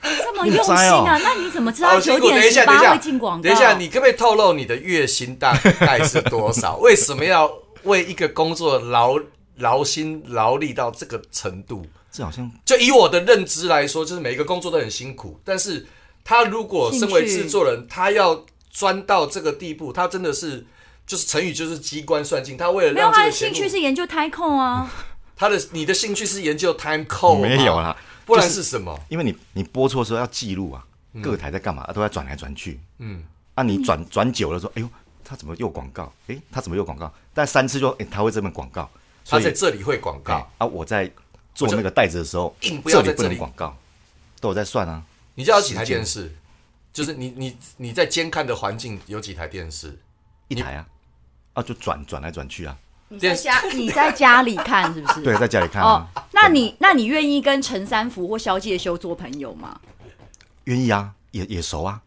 这么用心哦啊？那你怎么知道好九辛苦，点等一下，十等一八下会进广，告？等一下，你可不可以透露你的月薪大概是多少？ 为什么要为一个工作劳劳心劳力到这个程度？这好像就以我的认知来说，就是每一个工作都很辛苦，但是他如果身为制作人，他要钻到这个地步，他真的是就是成语就是机关算尽，他为了没有让他这的个兴节趣目，是研究 t i c o 啊，他的你的兴趣是研究 time 哦 code 吗没有，啦，不然就是是什么？因为你你播出的时候要记录啊，嗯各台在干嘛、啊都要转来转去，嗯，啊你转转久了说，哎呦，他怎么又广告？哎，他怎么又广告？但三次就哎他会这边广告，他所以在这里会广哎告，啊我在做那个袋子的时候，硬不要在里不这能里广告，都有在算啊。你家有几台电视？就是你你你在监看的环境有几台电视？一台啊，啊就转转来转去啊，你在电视家你在家里看是不是？ 对，在家里看哦啊，，那你那你愿意跟陈三福或萧介休做朋友吗？愿意啊，也也熟啊。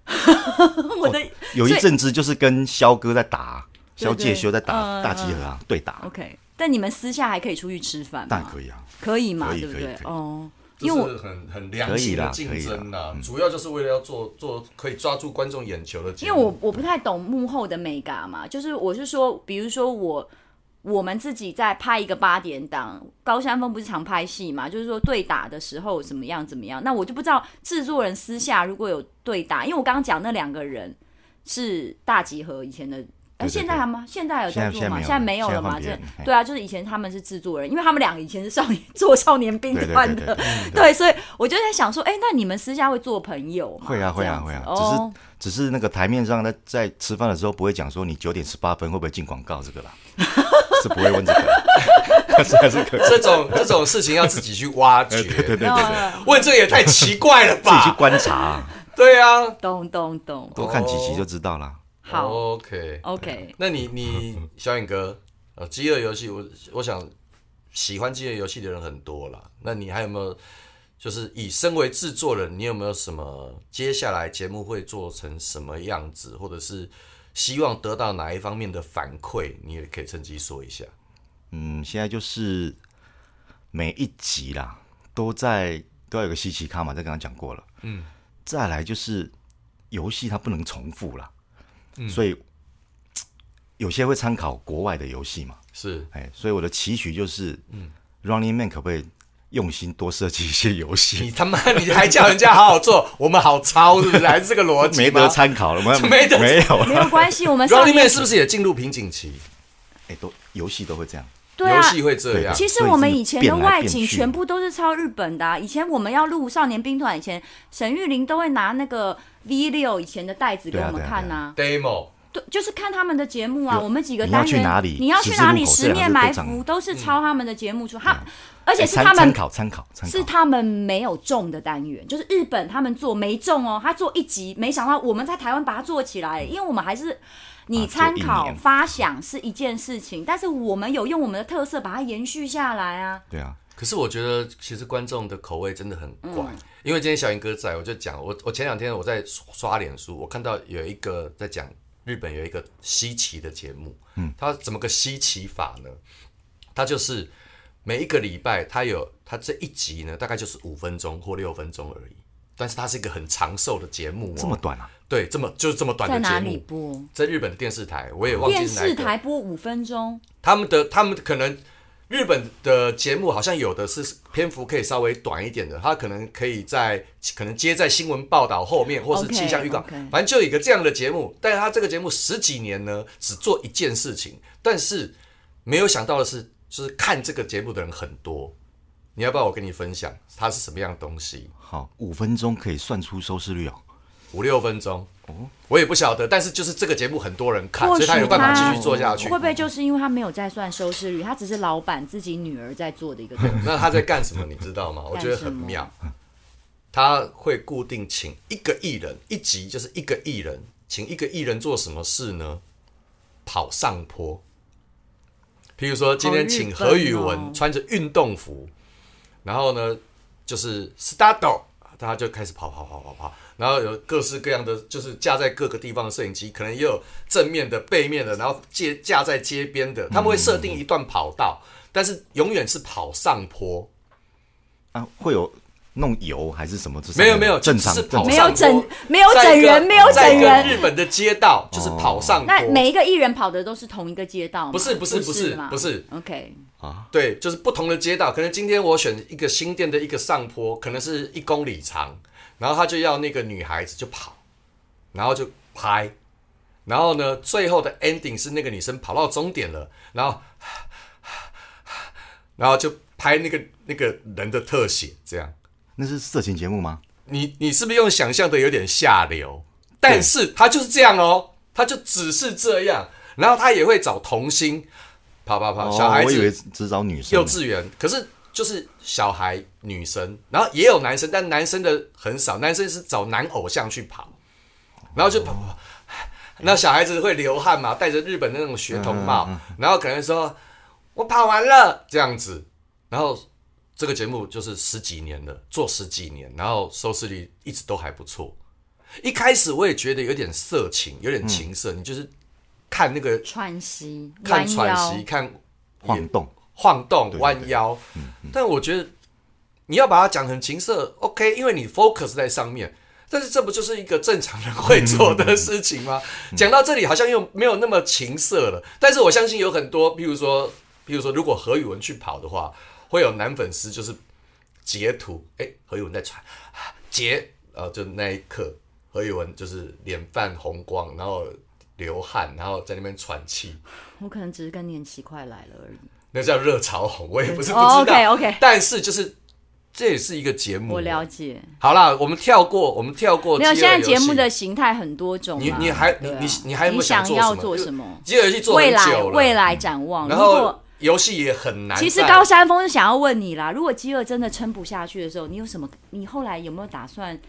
我的有一所以阵子就是跟肖哥在打，对呃肖介对休在嗯打大集合啊，对打， OK，但你们私下还可以出去吃饭吗？当然可以啊。可以嘛，可以对不可以对？可以哦，就因为是我很很良性的竞争可以啦可以嗯呐、主要就是为了要做做可以抓住观众眼球的节因为目。我我不太懂幕后的美嘎嘛，就是我是说，比如说我我们自己在拍一个八点档，高山峰不是常拍戏嘛，就是说对打的时候怎么样怎么样，那我就不知道制作人私下如果有对打，因为我刚刚讲那两个人是大集合以前的。哎，对对现在还吗？现在有在做吗？现在现在没有没了有了嘛？这现在换别人嘿对啊，就是以前他们是制作人，因为他们两个以前是少年 做少年兵对对团对的 对，对对，对，所以我就在想说，哎，那你们私下会做朋友吗？会啊会啊这会样啊子，只哦是只是那个台面上在在吃饭的时候不会讲说你九点十八分会不会进广告这个 啦，是不会问这个，但是还是可以这种这种事情要自己去挖掘， 对对对，哦问这也太奇怪了 自己去吧？观察，对啊，懂懂懂，多看几集就知道啦。好、 ，OK， o k 那你 你小影哥，呃，饥饿游戏，我我想喜欢饥饿游戏的人很多啦。那你还有没有就是以身为制作人，你有没有什么接下来节目会做成什么样子，或者是希望得到哪一方面的反馈？你也可以趁机说一下。嗯，现在就是每一集啦，都在都要有个稀奇咖嘛，这刚刚讲过了。嗯，再来就是游戏它不能重复啦，所以有些会参考国外的游戏嘛，是哎，所以我的期许就是，嗯，Running Man 可不可以用心多设计一些游你戏，他妈，你还叫人家好好做，我们好抄是不是？还是这个逻 辑没吗得参考了，没 没得没有了，没有关系，我们少？Running 年 Man 是不是也进入瓶颈期？哎，都游戏都会这样，对啊游。戏会这对样。其实所以我们真的以前变的来外变景去全部都是抄日本的、啊。以前我们要录少年兵团，以前沈玉玲都会拿那个 V 六以前的袋子给对啊我们对啊看对呐、 Demo 对，就是看他们的节目啊。有我们几个你要单去元，哪里你要去十字哪路里，口啊十这两面个埋队长伏都是嗯抄他们的节目出，他而而且是啊哎参他参们考参考参是考，他们没有中的单元，就是日本他们做没中哦，他做一集，没想到我们在台湾把它做起来，因为我们还是你参做一考年发想是一件事情，但是我们有用我们的特色把它延续下来啊。对啊，可是我觉得，其实观众的口味真的很怪。因为今天小英哥在，我就讲，我我前两天我在刷脸书，我看到有一个在讲日本有一个稀奇的节目，嗯，他怎么个稀奇法呢？他就是每一个礼拜，他有他这一集呢，大概就是五分钟或六分钟而已，但是它是一个很长寿的节目、哦，这么短啊，对，这么就是这么短在的哪节里目，播？在日本的电视台，我也忘记电是哪一视个台播五分钟，他们的他们可能日本的节目好像有的是篇幅可以稍微短一点的，它可能可以在可能接在新闻报道后面，或是 OK，气象预告 OK 反正就有一个这样的节目。但是它这个节目十几年呢，只做一件事情，但是没有想到的是，就是看这个节目的人很多。你要不要我跟你分享它是什么样的东西？好，五分钟可以算出收视率哦，五六分钟，我也不晓得，但是就是这个节目很多人看，或许所以他有办法他继续做下去会。不会就是因为他没有在算收视率，他只是老板自己女儿在做的一 个东西？ 那他在干什么？你知道吗？我觉得很妙，他会固定请一个艺人，一集就是一个艺人，请一个艺人做什么事呢？跑上坡。譬如说，今天请何宇好日本哦文穿着运动服，然后呢，就是 start，大家就开始跑跑跑跑跑，然后有各式各样的，就是架在各个地方的摄影机，可能也有正面的、背面的，然后街架在街边的，他们会设定一段跑道，但是永远是跑上坡，啊，会有弄油还是什么？这上没有面没有，正常就是正跑常上坡没有整没有整人在一个没有整人在一个日本的街道就是跑上坡，那每一个艺人跑的都是同一个街道吗？不是不是不是嘛不是 OK，对，就是不同的街道，可能今天我选一个新店的一个上坡，可能是一公里长，然后他就要那个女孩子就跑，然后就拍，然后呢，最后的 ending 是那个女生跑到终点了，然后，然后就拍那个那个人的特写，这样，那是色情节目吗？你你是不是用想象的有点下流？但是他就是这样哦，他就只是这样，然后他也会找童星，跑跑跑，啊小孩哦、我子以为只找女生幼呢，稚园，可是就是小孩女生，然后也有男生，但男生的很少，男生是找男偶像去跑，然后就跑。那小孩子会流汗嘛，戴着日本的那种学童帽，然后可能说我跑完了这样子。然后这个节目就是十几年了，做十几年，然后收视率一直都还不错。一开始我也觉得有点色情，有点情色，你就是看那个喘息，看弯喘腰息，看晃动，晃动、对对嗯弯腰。但我觉得你要把它讲成情色，OK，因为你 focus 在上面。但是这不就是一个正常人会做的事情吗？嗯讲到这里好像又没有那么情色了。但是我相信有很多，譬如说，譬如说，如果何宇文去跑的话，会有男粉丝就是截图，哎、何宇文在传，截，呃，就那一刻，何宇文就是脸泛红光，然后流汗，然后在那边喘气，我可能只是更年期快来了而已。那叫热潮红，我也不是不知道。哦，OK，OK 但是就是这也是一个节目。我了解，好啦，我们跳过，嗯我们跳过。没有。饥现饿在游戏节目的，形态很多种你嘛你还你对啊你你还有没有你想做什要么做就什么？饥饿游戏做很未来久了，未来展望，然如后果游戏也很难在。其实高山峰是想要问你啦，如果饥饿真的撑不下去的时候，你有什么？你后来有没有打算？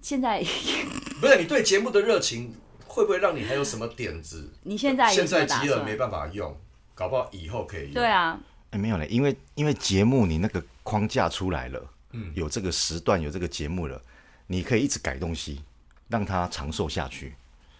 现在 ？不是你对节目的热情，会不会让你还有什么点子你现在有现什么在打饥饿没算？办法用，搞不好以后可以用。对，啊，哎，没有嘞，因为因为节目你那个框架出来了，嗯，有这个时段，有这个节目了，你可以一直改东西，让它长寿下去。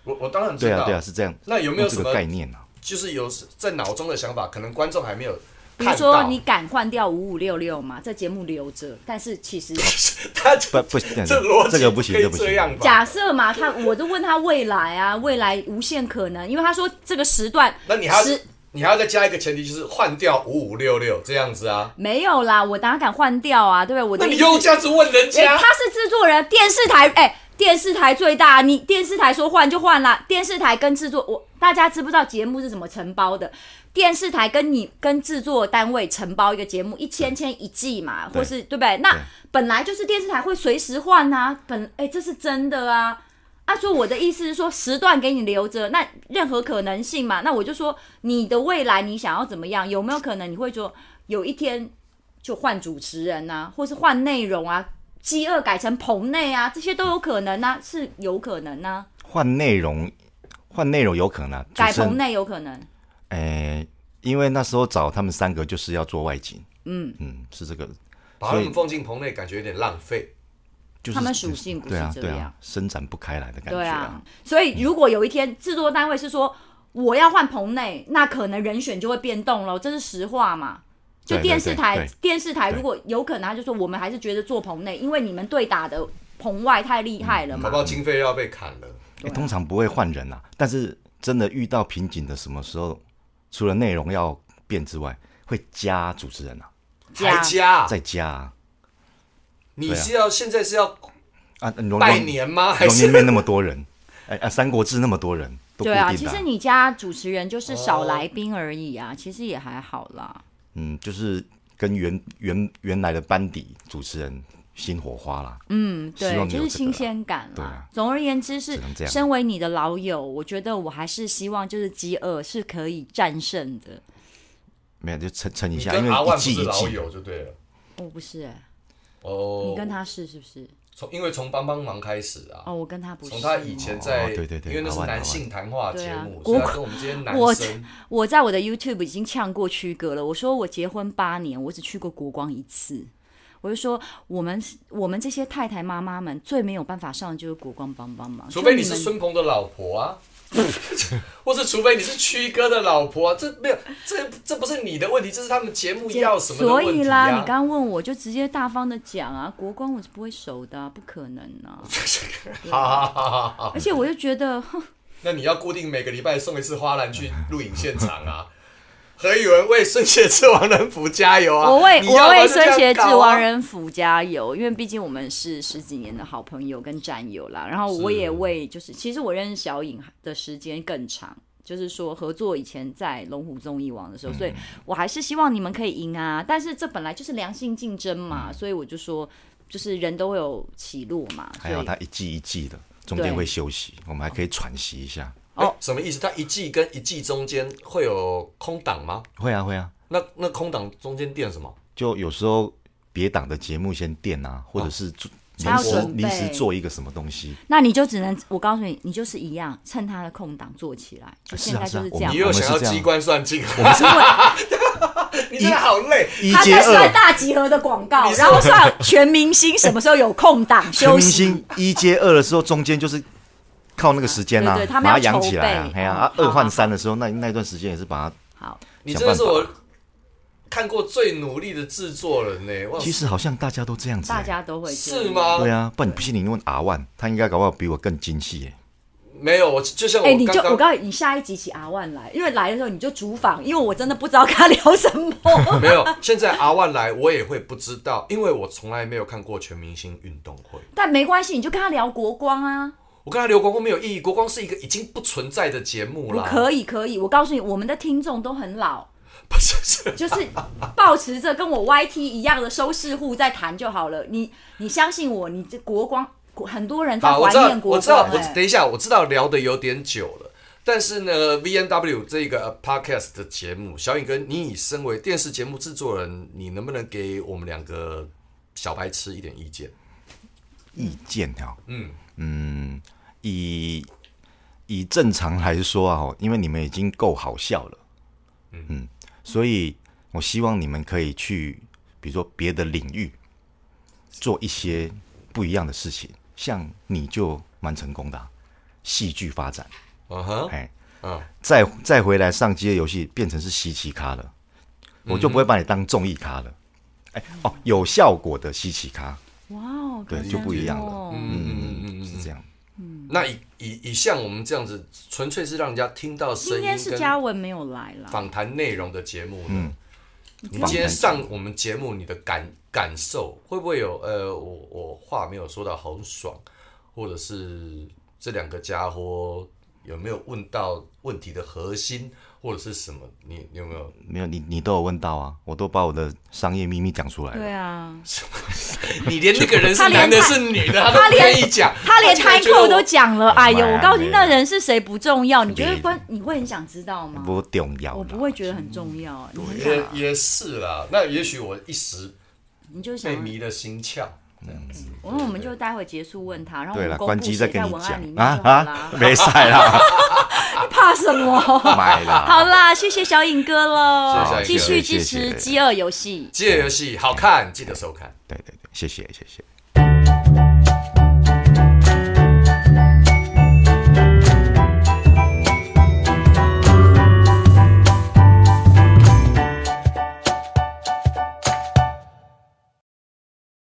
我我当然知对啊，道。对啊，是这样。那有没有用这什么个概念啊？就是有在脑中的想法，可能观众还没有比如看到。说你敢换掉五五六六嘛，这节目留着，但是其实 他不不， 这逻辑这个不行，可以这不行这。样吧？假设嘛，他我就问他未来啊，未来无限可能，因为他说这个时段那你还要十你还要再加一个前提，就是换掉五五六六这样子啊？没有啦，我哪敢换掉啊，对不对？我那的你意思又这样子问人哎、家？他是制作人，电视台哎、电视台最大，你电视台说换就换啦。电视台跟制作，我大家知不知道节目是怎么承包的？电视台跟你跟制作单位承包一个节目，一千千一季嘛，对或是对不对？那对本来就是电视台会随时换啊，本哎、这是真的啊。啊，所以我的意思是说，时段给你留着，那任何可能性嘛，那我就说你的未来你想要怎么样，有没有可能你会说有一天就换主持人呐、或是换内容啊，饥饿改成棚内啊，这些都有可能呐、嗯是有可能呐、换内容，换内容有可能啊。主改持人棚内有可能。哎，因为那时候找他们三个就是要做外景，嗯嗯，是这个，把他们放进棚内，感觉有点浪费。就是他们属性不是对啊这对样啊，伸展不开来的感觉对啊，，所以如果有一天制作单位是说我要换棚内，那可能人选就会变动咯，这是实话嘛。就对对电视台，对对电视台对如果有可能，他就说我们还是觉得做棚内，因为你们对打的棚外太厉害嗯了嘛搞不。好经费又要被砍了。欸通常不会换人啊，但是真的遇到瓶颈的什么时候，除了内容要变之外，会加主持人啊，加还加？再加啊，你是要现在是要啊龙拜龙年吗？还龙是年妹那么多人，哎啊，三国志那么多人，都固对定的、哦啊，其实你家主持人就是少来宾而已啊，其实也还好啦。嗯，就是跟原原原来的班底主持人新火花啦，嗯，希对，望你有就是这新个啦鲜感啦。对啊总而言之是只能这，样身为你的老友，我觉得我还是希望就是饥饿是可以战胜的。没有就撑撑一你下，因跟为阿一万不季是一老季，友就对了。我不是、欸，哦，你跟他是是不是？从因为从帮帮忙开始啊，哦，我跟他不是。从他以前在哦对对对因为那是阿万男性谈话节目，阿万所以对啊他跟我们这些男我生我在我的 YouTube 已经呛过区隔了。我说我结婚八年，我只去过国光一次。我就说我们我们这些太太妈妈们最没有办法上的就是国光帮帮忙，除非你啊就是们孙鹏的老婆啊， 或是除非你是曲哥的老婆啊，这没有，这这不是你的问题，这是他们节目要什么的所问以题啦，啊。你 刚刚问我就直接大方的讲啊，国光我是不会熟的啊、不可能啊！ 好好好好好，而且我就觉得，哼那你要固定每个礼拜送一次花篮去录影现 场啊。何宇文为孙协志王仁福加油啊！我为、你我要不然为就这孙样协志、搞啊王仁甫加油，因为毕竟我们是十几年的好朋友跟战友啦。然后我也为就是，其实我认识小颖的时间更长。就是说，合作以前在龙虎综艺网的时嗯候，所以我还是希望你们可以赢啊。但是这本来就是良性竞争嘛，嗯所以我就说，就是人都会有起落嘛。所还好以他一季一季的，中间对会休息，我们还可以喘息一下。哦，什么意思？他一季跟一季中间会有空档吗？会啊会啊，那那空档中间垫什么？就有时候别档的节目先垫啊，或者是主他哦临要时准备临时做一个什么东西，那你就只能，我告诉你，你就是一样，趁他的空档做起来，就现在是啊就是是啊这样你。我又们是想要这样机关算尽，因为 你真的好累。一他接在算二，大集合的广告，然后算全明星什么时候有空 档全休明息。星一接二的时候，中间就是靠那个时间啦、啊对对他们把它要养筹起来啊备，哎呀、嗯啊，好二好换三的时候，那那一段时间也是把它好，你真的是我看过最努力的制作人呢、哇，其实好像大家都这样子、欸，大家都会这样是？吗？对啊，不然你不信你问阿万，他应该搞不好比我更精细欸耶。没有，我就像我哎、你就刚我刚、告诉你，你下一集请阿万来，因为来的时候你就主访，因为我真的不知道跟他聊什 么。没有，现在阿万来我也会不知道，因为我从来没有看过全明星运动会。但没关系，你就跟他聊国光 啊，我跟他聊国光没有意义，国光是一个已经不存在的节目我啦。 可以可以。我告诉你，我们的听众都很老，不是是，就是保持着跟我 YT 一样的收视户在谈就好了。你你相信我，你这国光国很多人在好，我怀知道念，国我知道光、，我哎等一下，我知道聊的有点久了。但是呢，V N W 这个呃 podcast 的节目，小颖哥，你以身为电视节目制作人，你能不能给我们两个小白痴一点意见？意见哈、嗯，以以正常来说啊，哦因为你们已经够好笑了，嗯，所以我希望你们可以去，比如说别的领域做一些不一样的事情，像你就蛮成功的啊、戏剧发展，嗯哼，哎，嗯，再再回来上街游戏变成是稀奇咖了，我就不嗯会把你当综艺咖了，哎、哦，有效果的稀奇咖，哇哦，对可能就不一样了哦嗯嗯嗯嗯，嗯是这样。那以以以像我们这样子，纯粹是让人家听到声今音天是嘉跟文没有来啦，访谈内容的节目呢，你嗯访今天谈上我们节目，你的感感受会不会有？呃，我我话没有说到很爽，或者是这两个家伙有没有问到问题的核心，或者是什么？你你有没有？没有，你你都有问到啊，我都把我的商业秘密讲出来对了。啊，你连那个人是他连男的他是女的，他都不愿意讲，他连竟然 title 觉得我都讲了，哎呦，妈呀我告诉你，没那人是谁不重要，你觉得没关你会很想知道吗？不重要啦，我不会觉得很重要，啊你很想也也是啦。那也许我一时你就想被，迷了心窍，这样子。我们我们就待会结束问他，然后我对们了，公关布机写再跟在你文案里面就讲啊好啦啊，，没晒啦， 怕什么？ 买啦。好啦，谢谢小颖哥喽，谢继谢小续颖哥支持谢谢《饥饿游戏》。这个游戏好看，记得收看。对对对，谢谢谢谢。